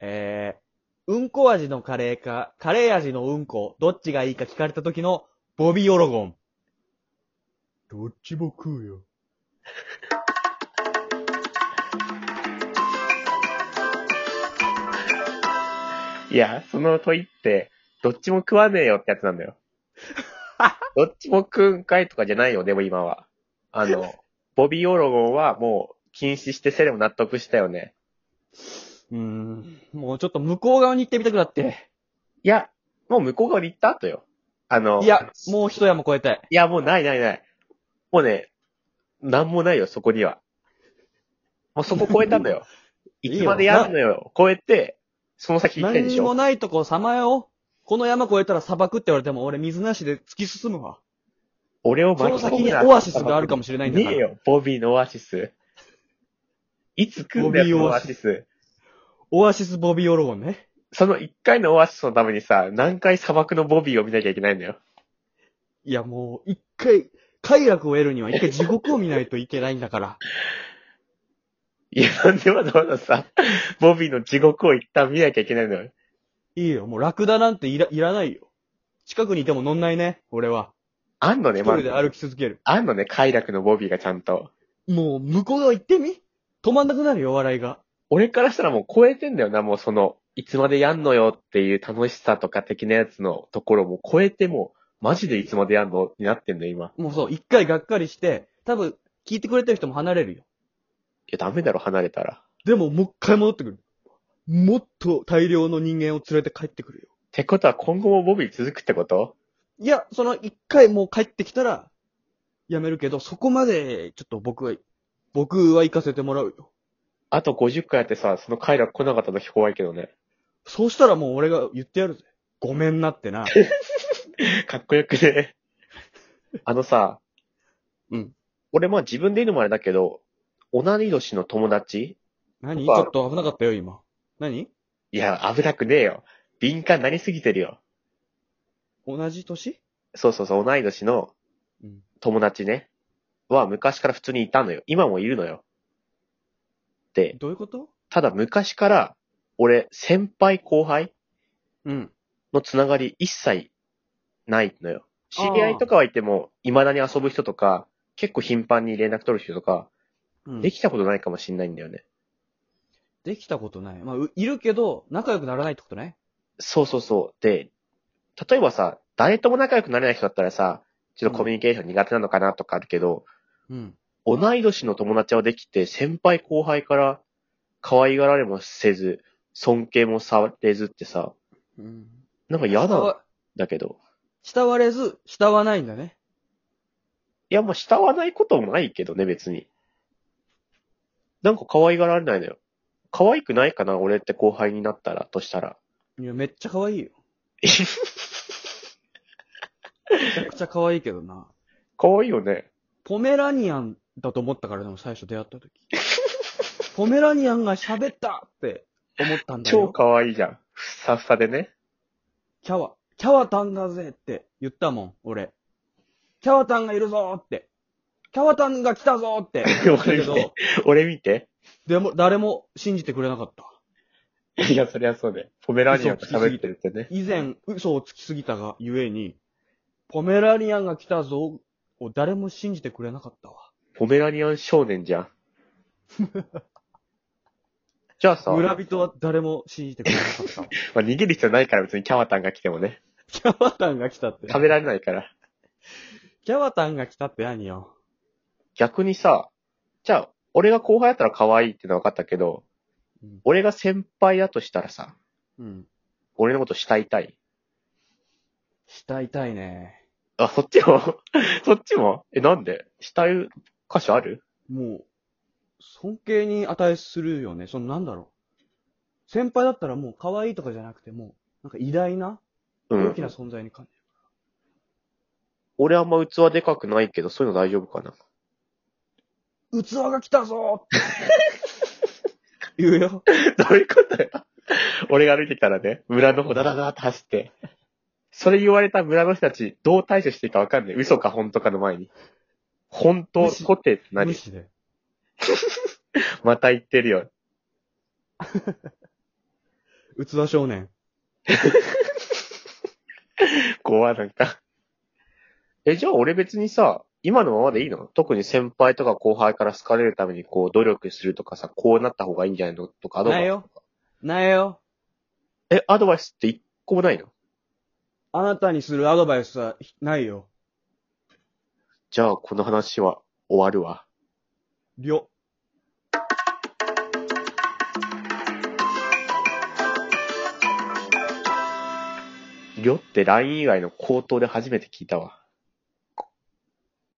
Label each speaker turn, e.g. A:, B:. A: えー、うんこ味のカレーか、カレー味のうんこ、どっちがいいか聞かれた時の、ボビーオロゴン。
B: どっちも食うよ。
C: いや、その問いって、どっちも食わねえよってや つなんだよ。どっちも食うんかいとかじゃないよ、でも今は。あの、ボビーオロゴンはもう禁止してセレも納得したよね。
A: うーん、もうちょっと向こう側に行ってみたくなって。
C: いや、もう向こう側に行った後よ。あの、
A: いや、もう一山越えたい。
C: いや、もうないないない。もうね、なんもないよ、そこには。もうそこ超えたんだよ。
A: いい
C: い
A: よ
C: つまでやるのよ。超えて、その先行きたいんで
A: 何に
C: し
A: も
C: ょ。
A: ないとこさまよう。この山越えたら砂漠って言われても俺水なしで突き進むわ。
C: 俺を
A: そ
C: 巻
A: の
C: き込
A: 先
C: む
A: に
C: な。
A: オアシスがあるかもしれないんだか
C: ねえ
A: ら。
C: よ、ボビーのオアシス。いつ来んだ
A: ボビー
C: よ、
A: オ
C: オ
A: ア
C: ア
A: シ
C: シス。
A: オアシスボビーオロゴンね。
C: その一回のオアシスのためにさ、何回砂漠のボビーを見なきゃいけないんだよ。
A: いやもう、一回、快楽を得るには一回地獄を見ないといけないんだから。
C: いや、なんでわざわざさ、ボビーの地獄を一旦見なきゃいけないのよ。
A: いいよ、もうラクダなんていら、いらないよ。近くにいても乗んないね、俺は。
C: あんのね、
A: 一
C: ま
A: 人で
C: だ。
A: 歩き続ける。
C: あんのね、快楽のボビーがちゃんと。
A: もう、向こう側行ってみ止まんなくなるよ、笑いが。
C: 俺からしたらもう超えてんだよな、もうその、いつまでやんのよっていう楽しさとか的なやつのところも超えてもう、マジでいつまでやんのになってんのよ、今。い
A: もうそう、一回がっかりして、多分、聞いてくれてる人も離れるよ。
C: や、ダメだろ、離れたら。
A: でも、もう一回戻ってくる。もっと大量の人間を連れて帰ってくるよ。
C: ってことは今後もボビー続くってこと
A: いや、その一回もう帰ってきたら、やめるけど、そこまで、ちょっと僕は、僕は行かせてもらうよ。
C: あと50回やってさ、その快楽来なかった時怖いけどね。
A: そうしたらもう俺が言ってやるぜ。ごめんなってな。
C: かっこよくね。あのさ、
A: うん。
C: 俺まあ自分で言うのもあれだけど、同い年の友達
A: 何ち
C: まあ
A: ょっと危なかったよ、今。何
C: いや、危なくねえよ。敏感になりすぎてるよ。
A: 同じ年
C: そうそうそう、同い年の
A: うん
C: 友達ね、は昔から普通にいたのよ。今もいるのよ。で、
A: どういうこと
C: ただ昔から、俺、先輩後輩
A: うん。
C: のつながり一切ないのよ。知り合いとかはいても、未だに遊ぶ人とか、結構頻繁に連絡取る人とか、
A: うん
C: できたことないかもしんないんだよね。
A: できたことない。まあ、ういるけど、仲良くならないってことね。
C: そうそうそう。で、例えばさ、誰とも仲良くなれない人だったらさ、ちょっとコミュニケーション苦手なのかなとかあるけど、
A: うん。
C: 同い年の友達はできて、先輩後輩から可愛がられもせず、尊敬もされずってさ、
A: うん。
C: なんか嫌
A: 慕
C: なん
A: わ
C: だけど。
A: 慕われず、慕わないんだね。
C: いや、まあ、慕わないこともないけどね、別に。なんか可愛がられないのよ。可愛くないかな、俺って後輩になったら、としたら。
A: いや、めっちゃ可愛いよ。めちゃくちゃ可愛いけどな。
C: 可愛いよね。
A: ポメラニアンだと思ったからでも最初出会った時。ポメラニアンが喋ったって思ったんだ
C: 超
A: よ。
C: 可愛いじゃん。ふさふさでね。
A: キャワ、キャワタンだぜって言ったもん、俺。キャワタンがいるぞーって。キャワタンが来たぞー って言ったけ
C: 俺見
A: ど、
C: 俺見て。
A: でも、誰も信じてくれなかった。
C: いや、そりゃそうね。ポメラニアンが喋ってるってね。
A: 以前、嘘をつきすぎたが、ゆえに、ポメラニアンが来たぞを誰も信じてくれなかったわ。
C: ポメラニアン少年じゃん。 じゃあさ、ま
A: 村人は誰も信じてくれな かったわ。
C: あ、逃げる必要ないから別にキャワタンが来てもね。
A: キャワタンが来たって。
C: 食べられないから。
A: キャワタンが来たって何よ。
C: 逆にさ、じゃあ、俺が後輩だったら可愛いってのは分かったけど、
A: うん
C: 俺が先輩だとしたらさ、
A: うん。
C: 俺のこと慕いたい。
A: 慕いたいね。
C: あ、そっちも そっちもえ、なんで慕う箇所ある
A: もう、尊敬に値するよね。そのなんだろう。先輩だったらもう可愛いとかじゃなくてもう、なんか偉大な、
C: う
A: 大
C: ん
A: き。な存在に感じる。
C: 俺あんま器でかくないけど、そういうの大丈夫かな
A: 器が来たぞーって 言うよ。
C: どういうことよ。 俺が歩いてきたらね、村の方だらだらって走って。それ言われた村の人たち、どう対処していいかわかんない。嘘か本当かの前に。本当、
A: 無視
C: コテって
A: 無
C: 何
A: 視で。
C: また言ってるよ。
A: うつわ少年。
C: 怖いなんか。え、じゃあ俺別にさ、今のままでいいの特に先輩とか後輩から好かれるためにこう努力するとかさ、こうなった方がいいんじゃないのとか、アドバ
A: ない
C: イス。
A: よ。ないよ。
C: え、アドバイスって一個もないの
A: あなたにするアドバイスはないよ。
C: じゃあこの話は終わるわ。
A: りょ。
C: りょって LINE 以外の口頭で初めて聞いたわ。